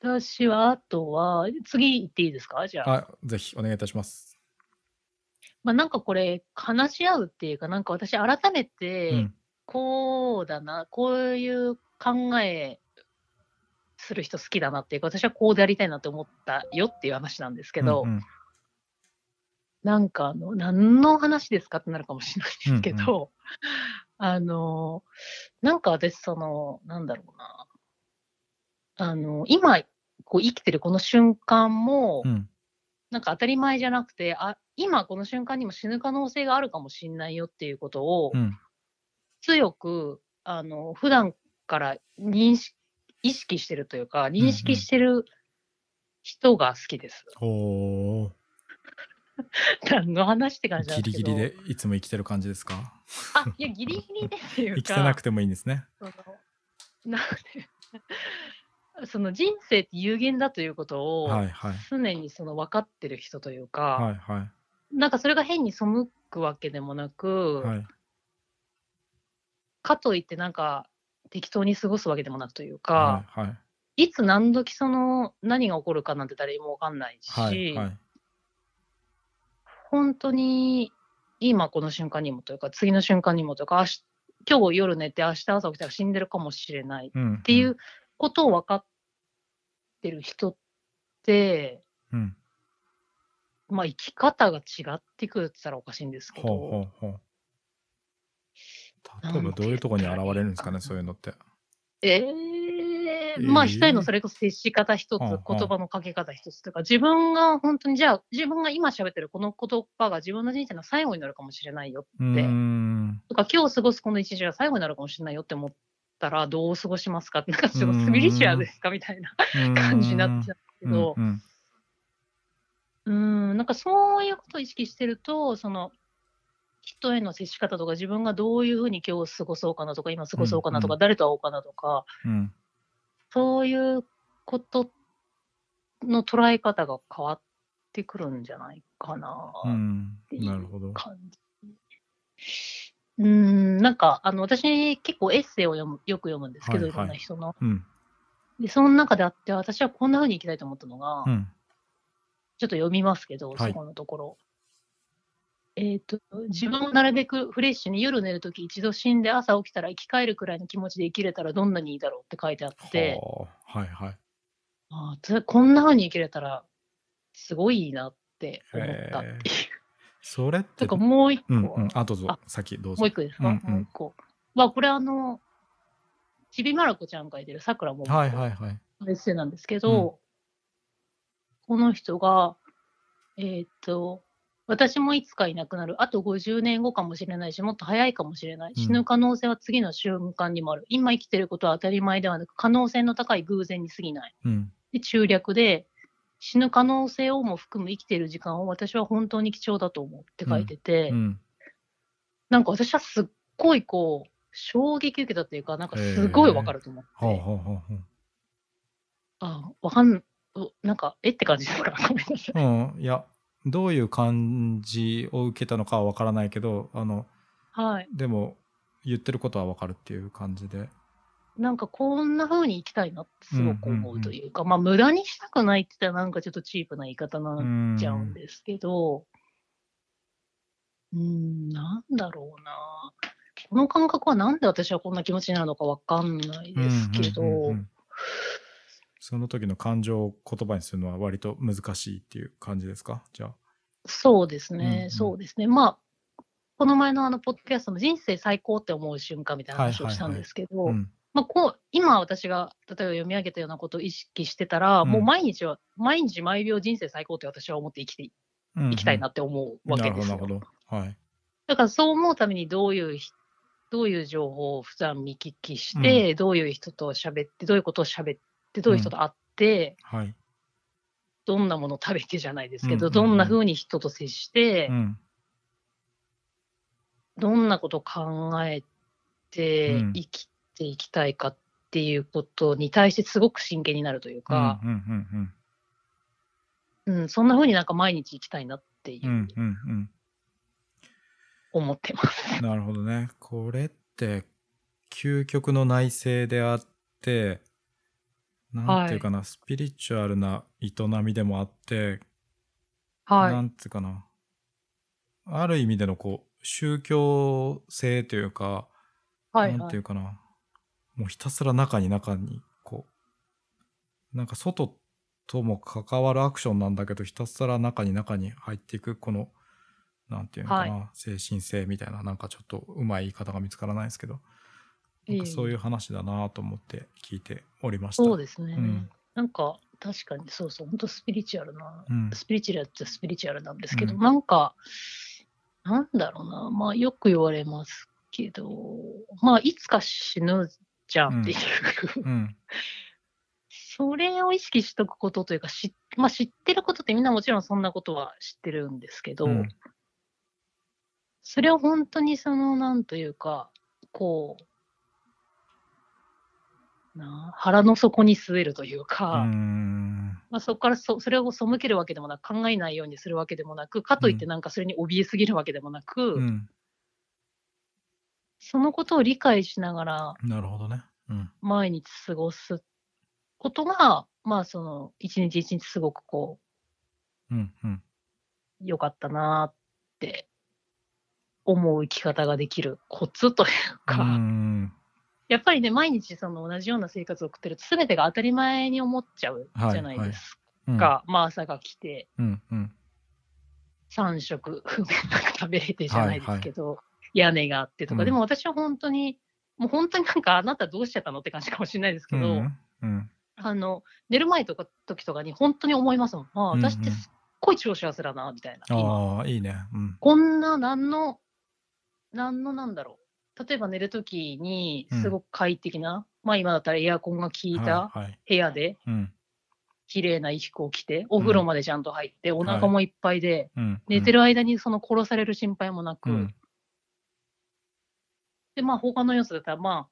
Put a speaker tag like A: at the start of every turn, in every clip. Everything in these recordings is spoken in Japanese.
A: 私はあとは、次行っていいですか？じゃあ。
B: あ、ぜひお願いいたします。
A: ま、なんかこれ、話し合うっていうか、なんか私改め
B: う
A: て、
B: ん。
A: こうだな、こういう考えする人好きだなっていうか、私はこうでありたいなと思ったよっていう話なんですけ
B: うん
A: ど。
B: うん。
A: なんかあの、何の話ですかってなるかもしれないで
B: うんう
A: すけ
B: ん。
A: ど、 あの、なんか私その、なんだろうな。あの、今、こう生きてるこの瞬間
B: う
A: も、
B: ん。
A: なんか当たり前じゃなくて、あ、今この瞬間にも死ぬ可能性があるかもしんないよっていうこと
B: う
A: を、
B: ん。
A: 強く、あの、普段からにんし意識してるというか、
B: うんう
A: 認識
B: ん。
A: してる人が好きです。
B: ほお。
A: 何の話って感じなんで
B: ギ
A: す
B: リ
A: け
B: ギリ
A: ど。
B: でいつも生きてる感じですか？
A: あ、いや、ギリギリでっていう
B: 生きてな
A: か、
B: くてもいいんですね。
A: その、なんで その人生って有限だということ
B: は
A: を
B: いはい。
A: 常にその分かってる人という
B: は
A: か、
B: いはい。
A: なんかそれが変に背くわけでもなく
B: はい。
A: かといってなんか、適当に過ごすわけでもなくという
B: はい
A: か、
B: はい。
A: いつ何時その、何が起こるかなんて誰にもわかんない
B: はいは
A: し
B: い。
A: ほんとに、今この瞬間にもというか、次の瞬間にもというか、あし今日夜寝て明日朝起きたら死んでるかもしれないっ
B: うん
A: て
B: う
A: い
B: ん。
A: うことを分かってる人って、
B: うん。
A: ま、生き方が違ってくるって言ったらおかしいんですけ
B: ほうほ
A: ど
B: うほう。例
A: な
B: えば
A: ん
B: ど
A: て
B: うい
A: 言
B: う
A: っ
B: とこに
A: た
B: 現
A: らい
B: れる
A: い
B: んです
A: か
B: かね、
A: な。
B: そういうのって。
A: ええ、ま、したいの
B: え
A: そ
B: え。
A: れこそ接し方一
B: は
A: つ、
B: あ
A: 言
B: はあ。
A: 葉のかけ方一つとか、自分がほんとにじゃあ、自分が今喋ってるこの言葉が自分の人生の最後になるかもしれないよっ
B: うー
A: て、
B: ん。
A: とか、今日過ごすこの1日が最後になるかもしれないよって思ったらどう過ごしますかって、なんか
B: うー
A: ちょっとスピリチュアル
B: ん。
A: で
B: う
A: すかみたいな
B: ー
A: 感じになっ
B: ん。
A: ちゃうけ
B: うん
A: ど。
B: うん。
A: うーん、なんかそういうことを意識してると、その、人への接し方とか、自分がどういう風に今日過ごそうかなとか、今過
B: う
A: ごそうんか
B: う
A: なとか、
B: ん。
A: 誰と会おうかなとか
B: うん。
A: そういうことの捉え方が変わってくるんじゃないかな
B: うー
A: っ
B: ん、
A: て
B: ないる
A: う
B: ほど。
A: 感じ。うーん、なんかあの、私結構エッセイを読むよく読むんですけ
B: はい
A: ど、いろ
B: は。
A: んない人の。
B: うん。
A: で、その中であって、私はこんな風に生きたいと思ったの
B: う
A: が
B: ん。
A: ちょっと読みますけど、
B: は
A: そ
B: い。
A: このところ。えっと、自分をなるべくフレッシュに夜寝る時一度死んで朝起きたら生き返るくらいの気持ちで生きれたらどんなにいいだろうって書いてあって。
B: はあ、はいはい。
A: ああ、つこんな風に生きれたら、すごいいいなって
B: へ
A: 思ったっ
B: え。
A: ていう。
B: それっ
A: と
B: て
A: かもういっ
B: うんう
A: こ
B: ん、あ、どうぞ、
A: あ、
B: 先どう
A: もういっ
B: ぞ。
A: こです
B: う
A: か？
B: んう
A: もういっ
B: ん。
A: こ。ま、これあのちびまる子ちゃんが書いてるさくらもも
B: はいは
A: こ
B: いはい。
A: のエッセイなんですけ
B: うん。
A: どこの人が、えっと、私もいつかいなくなる。あと50年後かもしれないし、もっと早いかもしれない。
B: う
A: 死ぬ
B: ん。
A: 可能性は次の瞬間にもある。今生きてることは当たり前ではなく、可能性の高い偶然に過ぎない。
B: うん。
A: で、中略で、死ぬ可能性をも含む生きている時間を私は本当に貴重だと思うって
B: う
A: 書い
B: ん、
A: て
B: う
A: て。
B: ん。
A: なんか私はすっごいこう、衝撃受けたっていうか、なんかすごいわか
B: へえ。
A: ると思っ
B: ほう
A: て。
B: ほうほうほう。
A: あ、わかんうなんか、えって感じですか？ごめんな さ
B: う
A: い。
B: ん、いや、どういう感じを受けたのかはわからないけど、あの、
A: はい。
B: でも、言ってることはわかるっていう感じで。
A: なんかこんな風に生きたいなって
B: うん
A: すごく
B: う
A: 思うと
B: ん
A: いうか、ま、無駄にしたくないって言ったらなんかちょっとチープな言い方
B: うー
A: なっちゃうん
B: ん。
A: ですけど。うーん、なんだろうな。この感覚はなんで私はこんな気持ちになるのかわかんない
B: うんう
A: ですけ
B: んうんう
A: ど。
B: ん。その時の感情を言葉にするのは割と難しいっていう感じですか？じゃあ。
A: そうです
B: うん
A: ね
B: う
A: そ
B: ん。
A: うですね。ま、この前のあのポッドキャストの人生最高って思う瞬間みたいな
B: はい
A: 話を
B: はい
A: したん
B: は
A: で
B: い。
A: すけ
B: う
A: ど、
B: ん。
A: ま、こう、今私が例えば読み上げたようなことを意識してたら、
B: う。
A: もうん毎日は毎日毎秒人生最高って私は思って生きてい
B: うん
A: 生きたいなって思う
B: うん。
A: わ
B: な
A: け
B: るほ
A: で
B: どな
A: す
B: るほ
A: よ。
B: ど。はい。
A: だからそう思うためにどういうひどういう情報を普段見聞きし
B: うん。
A: て、どういう人と喋って、どういうことを喋って、ど
B: う
A: ういう人
B: ん。
A: と会って
B: はい。
A: どんなものを食べてじゃないで
B: う
A: す
B: んう
A: け
B: ん
A: ど、どん
B: う。
A: なん風に人と接し
B: う
A: て
B: ん。
A: どんなことを考え
B: う
A: て
B: ん。
A: 生きていきたいかっていうことに対してすごく真剣になるという
B: うん
A: か。
B: うんうんうん。
A: うん、そんな風になんか毎日生きたいなって
B: う
A: い
B: ん
A: う
B: うんうん。
A: 思ってます。
B: なるほどね。これって究極の内省であってなんていうかな、スピリチュアルな営みでもあって、な
A: は
B: んていうかな、ある意味でのこう、宗教性というか、
A: い。はい、
B: なん
A: は
B: てい
A: い。
B: うかな、もうひたすら中に中に、こう、なんか外とも関わるアクションなんだけど、ひたすら中に中に入っていく、この、なんていうのかな、精神性みたいな、なんかちょっとうまい言い方が見つからないですけど、なんかそういう話だなと思って聞いておりました。
A: そうですね。
B: うん
A: なんか、確かにそうそう、本当スピリチュアルな、
B: うん
A: スピリチュアルってスピリチュアルなんですけど、
B: うん
A: なんか、なんだろうな、まあよく言われますけど、まあいつか死ぬじゃんっていう、
B: うん。
A: それを意識しとくことというか、知っまあ、知ってることってみんなもちろんそんなことは知ってるんですけど、
B: うん
A: それを本当にその、なんというか、こう、なあ腹の底に据えるという
B: う
A: か、
B: ん。
A: まあ、そこからそそれを背けるわけでもなく、考えないようにするわけでもなく、かといって
B: うん
A: なんかそれに怯えすぎるわけでもなく、
B: うん。
A: そのことを理解しながら
B: なるほどね。うん。
A: 毎日過ごすことが、まあその一日一日すごくこ
B: うん。うん。
A: う良かったなって思う生き方ができるコツというか、
B: うん
A: やっぱりね、毎日その同じような生活を送ってると、すべてが当たり前に思っちゃうじゃないです
B: うん。
A: か。まあ朝が来て、
B: うん。うん。
A: 3食 なんか食べれてじゃないですけど、屋根があってとか、
B: うん
A: でも私は本当に、もう本当になんかあなたどうしちゃったのって感じかもしれないですけど、
B: うん。うん。
A: あの寝る前とか時とかに本当に思いますもん、ああ
B: うんうん
A: 私ってすっごい超幸せだなみたいな、今
B: ああ、いいね。うん。
A: こんな何の、何のなんだろう、例えば寝るときにすごく快適な、まあ今だったらエアコンが効いた
B: はいはい。
A: 部屋で、
B: うん。
A: 綺麗な衣服を着て、お風呂までちゃんと入って、お腹もいっぱいで、
B: うん。
A: 寝てる間にその殺される心配もなく、
B: うん。
A: で、まあ、他の要素だったら、ま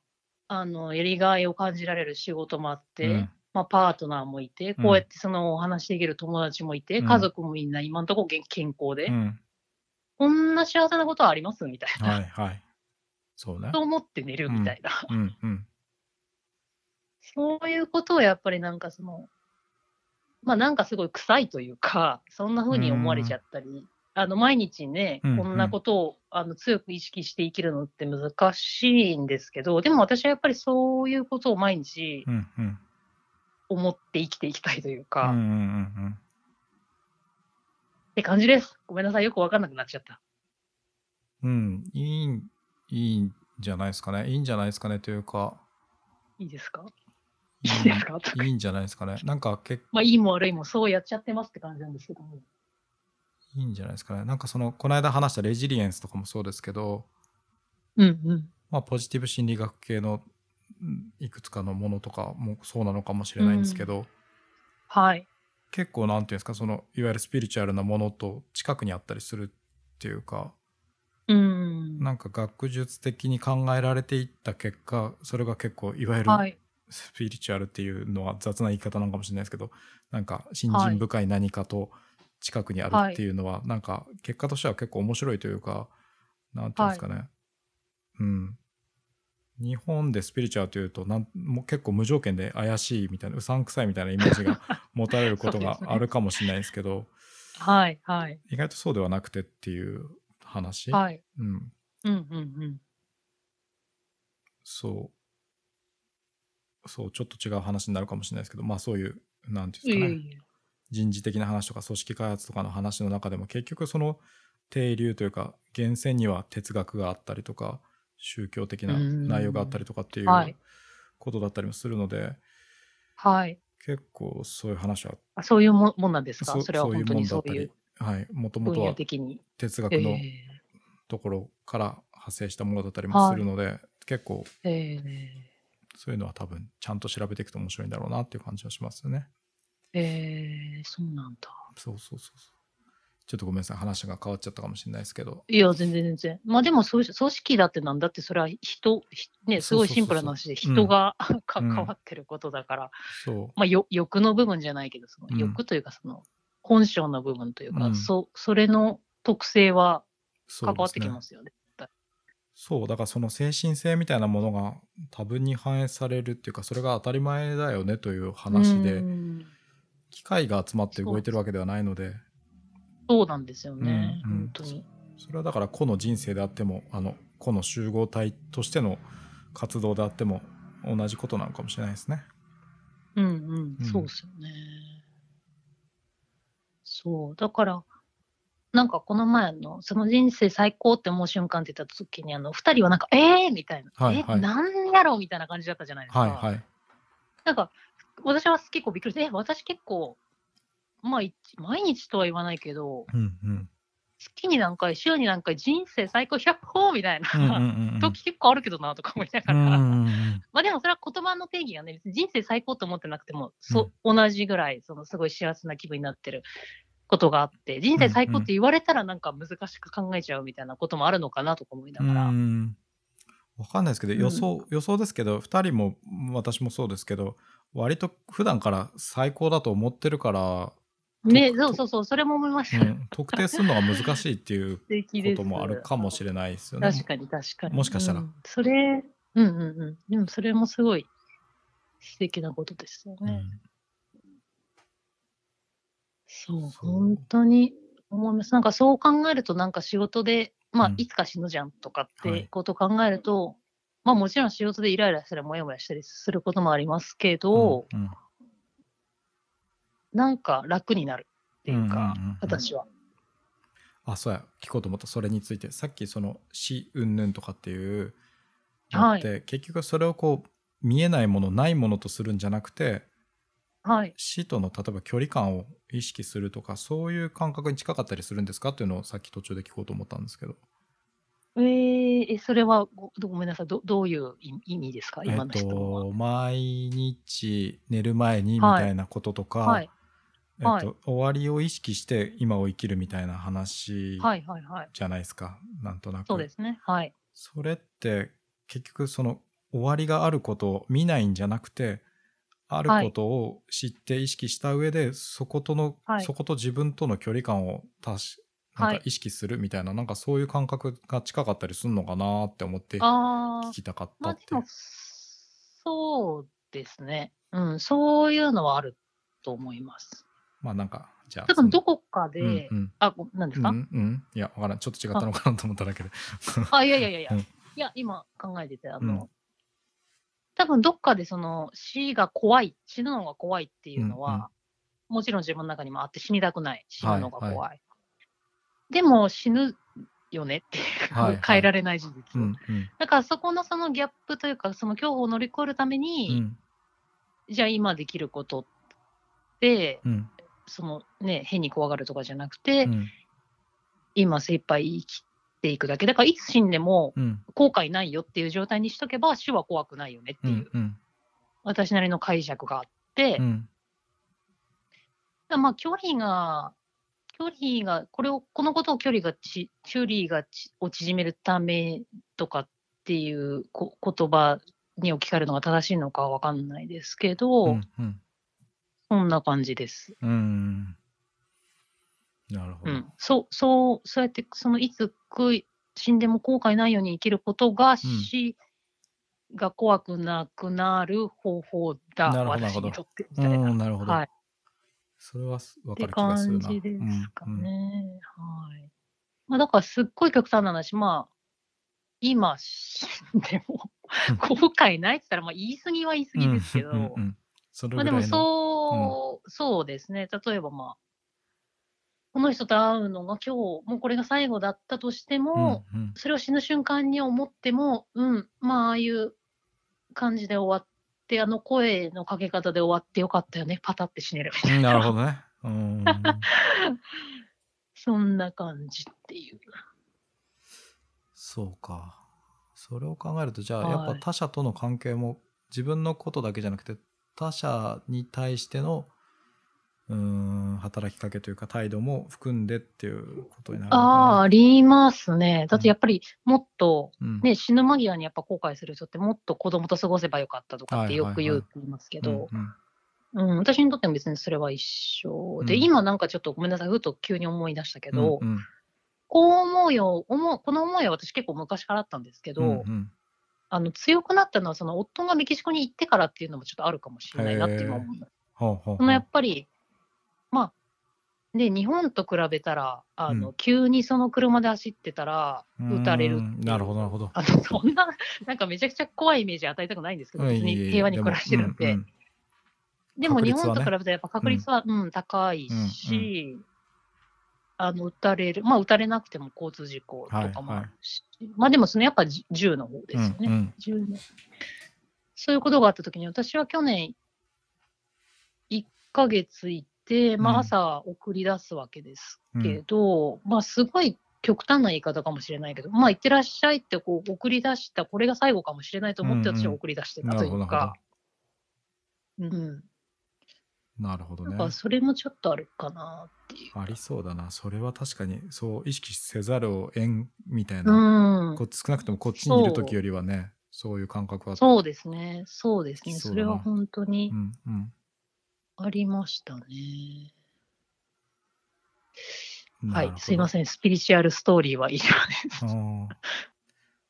A: あ、あの、やりがいを感じられる仕事もあって、
B: うん
A: まあ、パートナーもいて、
B: うん
A: こうやってそのお話しできる友達もいて、
B: うん
A: 家族もみんな今のところ健健康で、
B: うん。
A: こんな幸せなことはありますみたいな、
B: はい。はい。そうね
A: と。思って寝るみたいな、
B: うん。うん。
A: そういうことをやっぱりなんかその、まあなんかすごい臭いというか、そんな風に思われちゃったり、あの毎日ね、
B: うんうん
A: こんなことをあの強く意識して生きるのって難しいんですけど、でも私はやっぱりそういうことを毎日
B: うん。うん。
A: 思って生きていきたいという
B: うん。
A: か、
B: う
A: っ
B: ん。
A: て感じです。ごめんなさい、よくわかんなくなっちゃった。
B: うん。うん。いい。いいんじゃないですかね。いいんじゃないですかねというか。
A: いいですか
B: い
A: いいですか、
B: いんじゃないですかね。なんか結
A: まあいいも悪いもそうやっちゃってますって感じなんですけども。
B: いいんじゃないですかね。なんかその、この間話したレジリエンスとかもそうですけど、
A: うんうん。
B: まあ、ポジティブ心理学系のうんいくつかのものとかもそうなのかもしれないんですけど、
A: はい。
B: 結構なんていうんですかそのいわゆるスピリチュアルなものと近くにあったりするっていうか
A: うん。
B: なんか学術的に考えられていった結果それが結構いわゆる
A: はい。
B: スピリチュアルっていうのは雑な言い方なのかもしれないですけどなんか信心深い何かと近くにあるっていうのは、なんか結果としては結構面白いというかなんていうんですかね、うん日本でスピリチュアルというとなんもう結構無条件で怪しいみたいなうさんくさいみたいなイメー ジが持たれるこ
A: そう
B: とが
A: ですね
B: あるかもしれないですけど
A: はい。はい。
B: 意外とそうではなくてっていう話、
A: はい。
B: うん、
A: うんうんうん。
B: そうそうちょっと違う話になるかもしれないですけどまあそういうなんてい
A: い
B: うんですかね
A: えいえ。
B: 人事的な話とか組織開発とかの話の中でも結局その定流というか源泉には哲学があったりとか宗教的な
A: うん
B: 内容があったりとかっていう
A: はい
B: ことだったりもするので、
A: はい。
B: 結構そういう話は
A: あそういうももんなんですか
B: う
A: それは
B: う
A: 本
B: いう
A: 当
B: もん
A: に
B: だ
A: そ
B: った
A: ういう
B: りはいもとも
A: 分
B: と
A: 野
B: は
A: 的に。
B: 哲学
A: え
B: の
A: え
B: ところから派生したものだったりもするので、結構
A: え
B: そういうのは多分ちゃんと調べていくと面白いんだろうなっていう感じはしますよね。
A: えええそうなんだ。
B: そうそうそうそうちょっとごめんなさい話が変わっちゃったかもしれないですけど
A: いや、全然全然。まあでも、そう組織だってなんだって、それは人、ひね、すごいシンプルな話で、
B: そうそうそうそう
A: 人が
B: うん
A: 関わってることだから、
B: そう
A: まあよ欲の部分じゃないけど、その
B: うん
A: 欲というか、その本性の部分というか、
B: うん
A: そそれの特性は
B: そ
A: 関
B: うですね
A: わってきますよね。
B: そうだからその精神性みたいなものが多分に反映されるっていうかそれが当たり前だよねという話で
A: うん
B: 機械が集まって動いてるわけではないので
A: そうなんですよね、
B: うんうん
A: 本当に。
B: それはだから個の人生であってもあの個の集合体としての活動であっても同じことなのかもしれないですね。
A: うん
B: う
A: うんん、そうですよね。そう、だから、なんかこの前の、その人生最高って思う瞬間って言った時に、あの、二人はなんか、えーみたいな、
B: はいはい
A: え、なんやろうみたいな感じだったじゃないですか。
B: はいはい。
A: なんか、私は結構びっくりして、え私結構、まあ、い毎日とは言わないけど、
B: うんうん。
A: 月に何回、週に何回、人生最高100本みたい
B: うんうん
A: な、
B: うんう ん
A: 時結構あるけどな、とか思いなが
B: う
A: ら、
B: んうんうん
A: まあでもそれは言葉の定義がね、別に人生最高と思ってなくても、そ同じぐらい、そのすごい幸せな気分になってることがあって、人生最高って言われたらなんか難しく考えちゃうみたいなこともあるのかなとか思いながら。
B: うんわかんないですけど予想、予想ですけど2人も私もそうですけど割と普段から最高だと思ってるから、
A: ね、
B: と
A: そうそうそう、それも思いまし
B: う
A: た。
B: ん、特定するのが難しいっていう
A: 素敵
B: こ
A: です。
B: ともあるかもしれないですよね。
A: 確かに確かに。
B: もしかしたら
A: うんそれ、うんうんうん。でもそれもすごい素敵なことですよね。そう、
B: そう
A: 本当に思います。なんかそう考えると、なんか仕事で、ま
B: う
A: あ
B: ん、
A: いつか死ぬじゃんとかっ
B: は
A: て
B: い
A: ことを考えると、まあもちろん仕事でイライラしたり、モヤモヤしたりすることもありますけ
B: うん
A: ど、
B: うんうん
A: なんか楽になるっていうか、
B: うんうんうんうん
A: 私は。
B: あそうや聞こうと思ったそれについてさっきその死うんぬんとかっていうの
A: は
B: っ
A: い
B: て、結局それをこう見えないものないものとするんじゃなくて
A: はい。
B: 死との例えば距離感を意識するとかそういう感覚に近かったりするんですかっていうのをさっき途中で聞こうと思ったんですけど、
A: えー、えそれはごごめんなさい、どどういう意意味ですか、
B: え
A: 今
B: っ
A: の質問は。
B: と毎日寝る前にみたいなこととか、
A: はい、
B: えっと
A: はい
B: 終わりを意識して今を生きるみたいな話
A: はい、はい、はい。
B: じゃないですか、なんとなく
A: そうですね。はい。
B: それって結局その終わりがあることを見ないんじゃなくてあることを知って意識した上で、そことの、
A: はい
B: そこと自分との距離感を達し
A: は
B: ないんか意識するみたいな、なんかそういう感覚が近かったりするのかなって思って聞
A: ああ。
B: きたかっ
A: まあ
B: たっ
A: で
B: ていう
A: も、そうですね。うん、そういうのはあると思います。
B: まあなんかじゃあ
A: 多分どこか
B: で
A: で、
B: うん
A: あ、ごなんで
B: う
A: す
B: んう
A: か、
B: んうんいやわからんちょっと違ったのかなと思っただ けで
A: あ、いやいやいやいや、
B: うん
A: いや、今考えてて、あ
B: う
A: の、
B: ん
A: 多分どっかでその死が怖い、死ぬのが怖いっていうのは、
B: うんうん
A: もちろん自分の中にもあって死にたくない、死ぬのが怖い。
B: は
A: でも死ぬよねっていう、
B: はいはい
A: 変えられない事実。
B: うんうん
A: だからそこのそのギャップというか、その恐怖を乗り越えるために、
B: うん
A: じゃあ今できることって、
B: うん
A: そのね、変に怖がるとかじゃなくて、
B: うん
A: 今精一杯生きていくだけ。だからいつ死んでも
B: うん
A: 後悔ないよっていう状態にしとけば死は怖くないよねって
B: う
A: いう、
B: んうん
A: 私なりの解釈があって、だ
B: う
A: か
B: ん
A: らまあ距離が、距離が、これを、このことを距離がち、距離がちを縮めるためとかっていうこ言葉に置き換えるのが正しいのかはわかんないですけど、
B: うんうん
A: そんな感じです。
B: うんなるほ
A: う
B: ど、
A: ん、そう、そう、そうやって、そのいつ悔い死んでも後悔ないように生きることが死が怖くなくなる方法だ、
B: なるほど
A: 私にとってみ
B: う
A: たいな。
B: ん、なるほど。
A: はい、
B: それはすわ
A: っ
B: か
A: て
B: る気がす
A: 感
B: る
A: じ
B: な。
A: ですか
B: うんうん
A: ね。はい。まあ、だからすっごい極端な話、まあ、今死んでも 後悔ないって言ったら、まあ言い過ぎは言い過ぎですけど、
B: うんうんうんそれ
A: ま
B: ぐ
A: あ
B: ら
A: で
B: いの
A: もそう、そうですね。例えばまあ、この人と会うのが今日、もうこれが最後だったとしても、
B: うんうん
A: それを死ぬ瞬間に思っても、うん、まあああいう感じで終わって、あの声のかけ方で終わってよかったよね、パタって死ねるみ た
B: う
A: い
B: んなる
A: な。
B: ほど ね。うん。
A: そんな感じっていう。
B: そうか。それを考えると、じゃあ、
A: はい
B: やっぱ他者との関係も自分のことだけじゃなくて、他者に対してのうーん働きかけというか態度も含んでっていうことになるのか
A: ああ、
B: な
A: ありますね。だってやっぱりもっと、
B: うん
A: ね、死ぬ間際にやっぱ後悔する人ってもっと子供と過ごせばよかったとかってよく言うって言いますけど、
B: うんうん
A: うん、私にとっても別にそれは一緒で、
B: うん
A: 今なんかちょっとごめんなさい、ふと急に思い出したけど、
B: うんうん
A: こう思うよ、思うこの思いは私結構昔からあったんですけど、
B: うんうん
A: あの強くなったのは、その夫がメキシコに行ってからっていうのもちょっとあるかもしれないなって今思う。
B: ほうほう
A: そ
B: ほう
A: のやっぱり、まあ、で、日本と比べたら、あの、
B: うん
A: 急にその車で走ってたら、撃たれる
B: うーんなるほど、なるほど。
A: あの、そんな、なんかめちゃくちゃ怖いイメージ与えたくないんですけど、別に平和に暮らしてるんで。
B: う
A: で
B: んうん
A: も
B: 確
A: 日
B: 率はね
A: 本と比べたらやっぱ確率は、うん、高いし、あの、撃たれる、まあ、撃たれなくても交通事故とかもあるし、まあでもそのやっぱじ銃の方ですよね。
B: うんうん
A: 10年そういうことがあったときに、私は去年、1ヶ月行って、ま
B: うん
A: あ、朝送り出すわけですけど、まあ、すごい極端な言い方かもしれないけど、まあ、行ってらっしゃいってこう送り出した、これが最後かもしれないと思って、
B: うんうん
A: 私は送り出してた
B: な
A: と
B: る
A: い
B: ほど
A: うか、うん、
B: なるほど
A: な
B: ね
A: ん。かそれもちょっとあるかなっていう。
B: ありそうだな。それは確かに、そう、意識せざるを得んみたいな、
A: うん
B: こ少なくともこっちにいる時よりはね、そういう感覚は
A: そうですね、そうですね、
B: そう
A: そ
B: だな
A: れは本当に
B: うんうん。
A: ありましたね。
B: な
A: は
B: る
A: い
B: ほ、ど
A: すいません、スピリチュアルストーリーは以上 です。
B: うん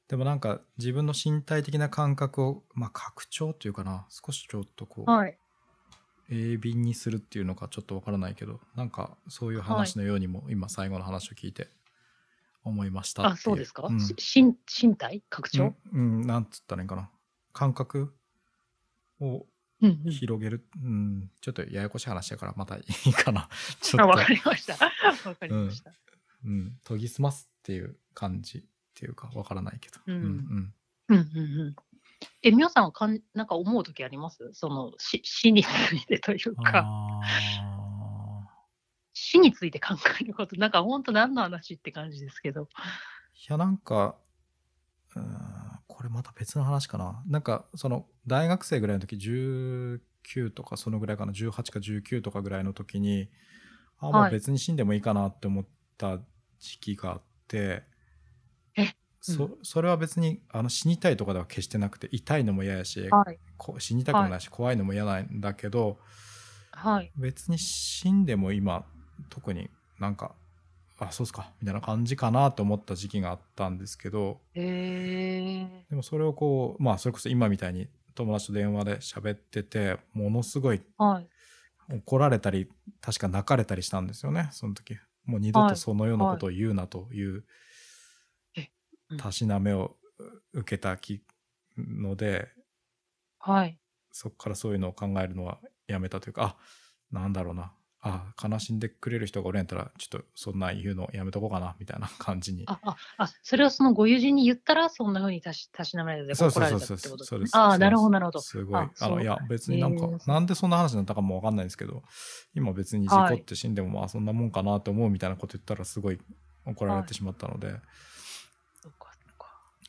B: でもなんか自分の身体的な感覚を、まあ、拡張というかな少しちょっとこう、
A: はい。
B: 鋭敏にするっていうのかちょっとわからないけどなんかそういう話のようにも、今最後の話を聞いて思いましたってい
A: あ、そうですか。
B: ん
A: し身身体拡張、
B: うんうんなんつったらいいんかな感覚を
A: うん、うん
B: 広げる、うんちょっとややこしい話だからまたいい かなち
A: あ、
B: ょっ
A: わ
B: と
A: か、りました。 わかりました。
B: うん、研ぎ澄ますっていう感じっていうかわからないけど、
A: うん
B: うんうん
A: うんうんうん。え、みおさんはかん、なんか思うときありますその死、死についてというか、
B: あー
A: 死について考えること、なんか本当何の話って感じですけど。
B: いや、なんか、うーん、これまた別の話かな。なんか、その、大学生ぐらいの時、19とか、そのぐらいかな、18か19とかぐらいの時に、あ、も
A: は
B: う
A: い
B: 別に死んでもいいかなって思った時期があって、
A: えう
B: そそれは別にあの死にたいとかでは決してなくて痛いのも嫌やし、
A: はい。
B: こ死にたくもないし、怖いのも嫌なんだけど
A: はい。
B: 別に死んでも今特になんかあそうっすかみたいな感じかなと思った時期があったんですけど
A: へえ。
B: でもそれをこうまあそれこそ今みたいに友達と電話で喋っててものすごい
A: はい。
B: 怒られたり確か泣かれたりしたんですよねその時もう二度とそのようなことを言うなという
A: えうん
B: たしなめを受けたきので
A: はい。
B: そこからそういうのを考えるのはやめたというかあなんだろうなあ悲しんでくれる人がおれんやったらちょっとそんなん言うのやめとこうかなみたいな感じに
A: あ、あ、あ、それはそのご友人に言ったら、そんなふうにたし、たしなめられて
B: そう
A: 怒
B: そう
A: られ
B: そう
A: たって
B: そ
A: こ
B: う
A: とです
B: そう
A: ね
B: で。す
A: あ
B: そ
A: あ、
B: う
A: なるほど、
B: です
A: なるほど。
B: すごい
A: あ
B: あ
A: そう
B: のいや別になんか、
A: へえ
B: なんでそんな話になったかもわかんないんですけど今別に事
A: はい
B: 故って死んでもまあそんなもんかなと思うみたいなこと言ったらすごい怒られてしまったので、
A: そうかそうか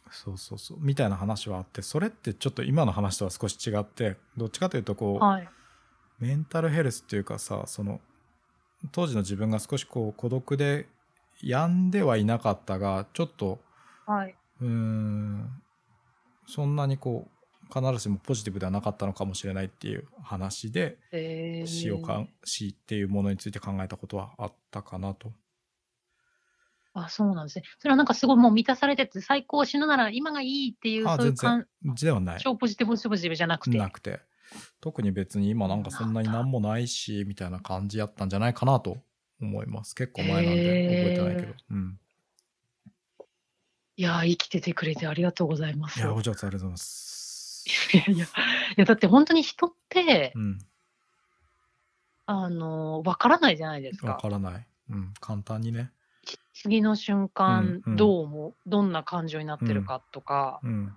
B: そうそうそうみたいな話はあってそれってちょっと今の話とは少し違ってどっちかというとこう、
A: はい。
B: メンタルヘルスっていうかさその当時の自分が少しこう孤独で病んではいなかったがちょっと
A: はい。
B: うーんそんなにこう必ずしもポジティブではなかったのかもしれないっていう話で
A: えー、
B: 死をかん死っていうものについて考えたことはあったかなと。
A: あ、そうなんですね。それはなんかすごいもう満たされてて、最高死ぬなら今がいいっていう、
B: あ
A: そういう
B: 全
A: 感
B: 然ではない
A: 超ポジティブ、超ポジティブじゃなくて。
B: なくて特に別に今なんかそんなに何もないしみたいな感じやったんじゃないかなと思います結構前なんで覚えてないけど、
A: へー
B: うん、
A: いやー、生きててくれてありがとうございます。
B: いやお上手ありがとうございます。
A: いやいや、いやだって本当に人って、
B: うん
A: あのー、わからないじゃないです
B: わ
A: か。
B: からない。うん、簡単にね。
A: 次の瞬間、
B: うんうん
A: どうも、どんな感情になってるかとか、
B: うん。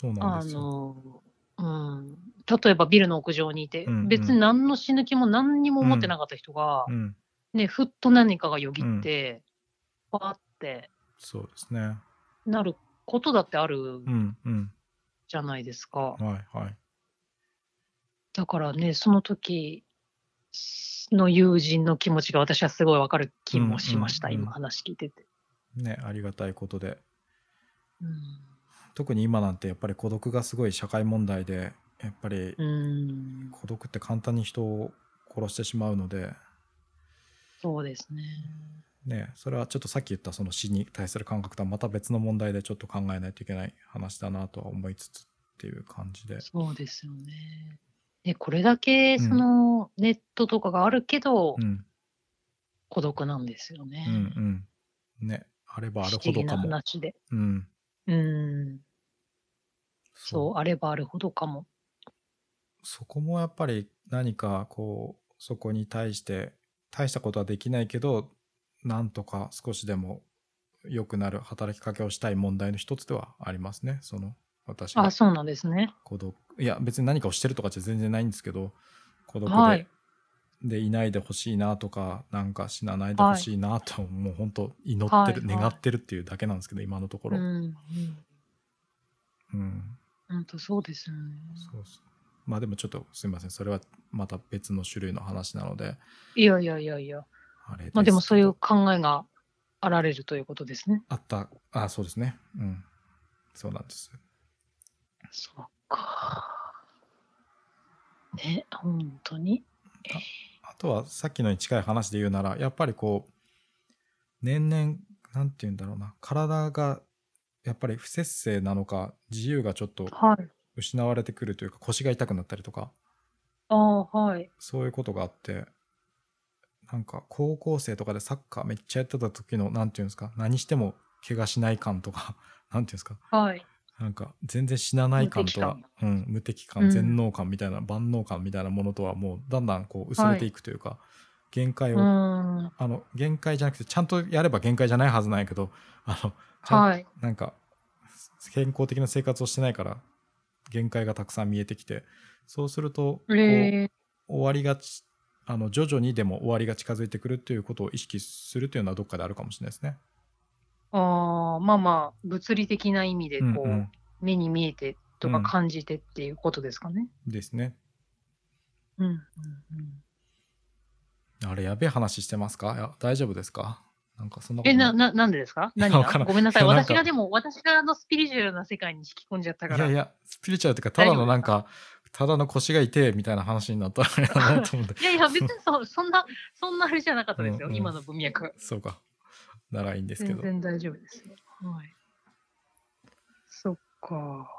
B: そうなん
A: あ
B: ですよ。
A: のー、うん、例えばビルの屋上にいて、
B: うんうん
A: 別に何の死ぬ気も何にも思ってなかった人が、
B: うん、
A: ね、ふっと何かがよぎって、わ、ーって、
B: そうですね。
A: なることだってある
B: うん、うん。
A: じゃないですか。
B: はい、はい。
A: だからね、その時の友人の気持ちが私はすごいわかる気もしました、
B: うんうんうん
A: 今話聞いてて。
B: ね、ありがたいことで。
A: うん
B: 特に今なんてやっぱり孤独がすごい社会問題で、やっぱり
A: うん、
B: 孤独って簡単に人を殺してしまうので、
A: そうですね。
B: ね、それはちょっとさっき言ったその死に対する感覚とはまた別の問題でちょっと考えないといけない話だなとは思いつつっていう感じで。
A: そうですよね。ね、これだけそのネットとかがあるけど、
B: うん、
A: 孤独なんですよ
B: うん、う
A: ね。
B: ん。ね、あればあ
A: 不
B: る
A: 思
B: ほ
A: 議
B: ど
A: な
B: かも。
A: 話で。
B: うん。
A: うん。そう、あればあるほどかも。
B: そこもやっぱり何かこうそこに対して大したことはできないけどなんとか少しでも良くなる働きかけをしたい問題の一つではありますねその私が
A: あ、そうなんですね。
B: 孤独いや別に何かをしてるとかじゃ全然ないんですけど孤独で,、
A: はいい、
B: でいないでほしいなとかなんか死なないでほしいなと、もう本当祈ってる、
A: はいはい
B: 願ってるっていうだけなんですけど今のとこ
A: う
B: ろ、
A: ん。
B: うん
A: うん本当そうですよね。
B: そうそうまあでもちょっとすいませんそれはまた別の種類の話なので
A: いやいやいやいや。
B: あれすけど
A: まあでもそういう考えがあられるということですね。
B: あった、あ、そうですね。うん。そうなんです。
A: そうか。ね、本当に。
B: あとは、さっきのに近い話で言うなら、やっぱりこう、年々、なんて言うんだろうな、体が、やっぱり不節制なのか、自由がちょっと
A: はい。
B: 失われてくるというか、腰が痛くなったりとか、
A: ああ、はい。
B: そういうことがあって、なんか、高校生とかでサッカーめっちゃやってた時の、なんて言うんですか、何しても怪我しない感とか、 なんて言うんですか、
A: はい。
B: なんか全然死なない感とはうん、無敵感
A: うん
B: 全能感みたいな、万能感みたいなものとはもうだんだんこう薄れていくというか、限界
A: う
B: を、
A: ーん。
B: あの限界じゃなくてちゃんとやれば限界じゃないはずなんやけどあのちゃん、
A: はい。
B: なんか健康的な生活をしてないから限界がたくさん見えてきてそうするとこう、
A: えー、
B: 終わりがちあの徐々にでも終わりが近づいてくるっていうことを意識するというのはどっかであるかもしれないですね。
A: ああ、まあまあ、物理的な意味で、こう、
B: うんうん
A: 目に見えてと
B: う
A: か
B: ん
A: 感じてっていうことですかね。
B: ですね。
A: うん。うんうん
B: あれやべえ話してますかいや大丈夫ですかなんかそんなこと
A: え、
B: ない
A: な、な、なんでですか
B: いや
A: 何が
B: わからん
A: ごめんなさい。
B: いやなん
A: 私
B: か
A: がでも、私があのスピリチュアルな世界に引き込んじゃったか
B: い
A: ら。
B: やい
A: いや
B: や、スピリチュアルっていうか、ただの
A: 大丈夫ですか。
B: なんか、ただの腰が痛えみたいな話になったらあれだなと思って
A: いや別にそそんな、そんなあれじゃなかったですよ。
B: うんうん
A: 今の文脈は。
B: そうか。ならいいんですけ
A: 全
B: ど。
A: 然大丈夫ですよ。はい。そっか。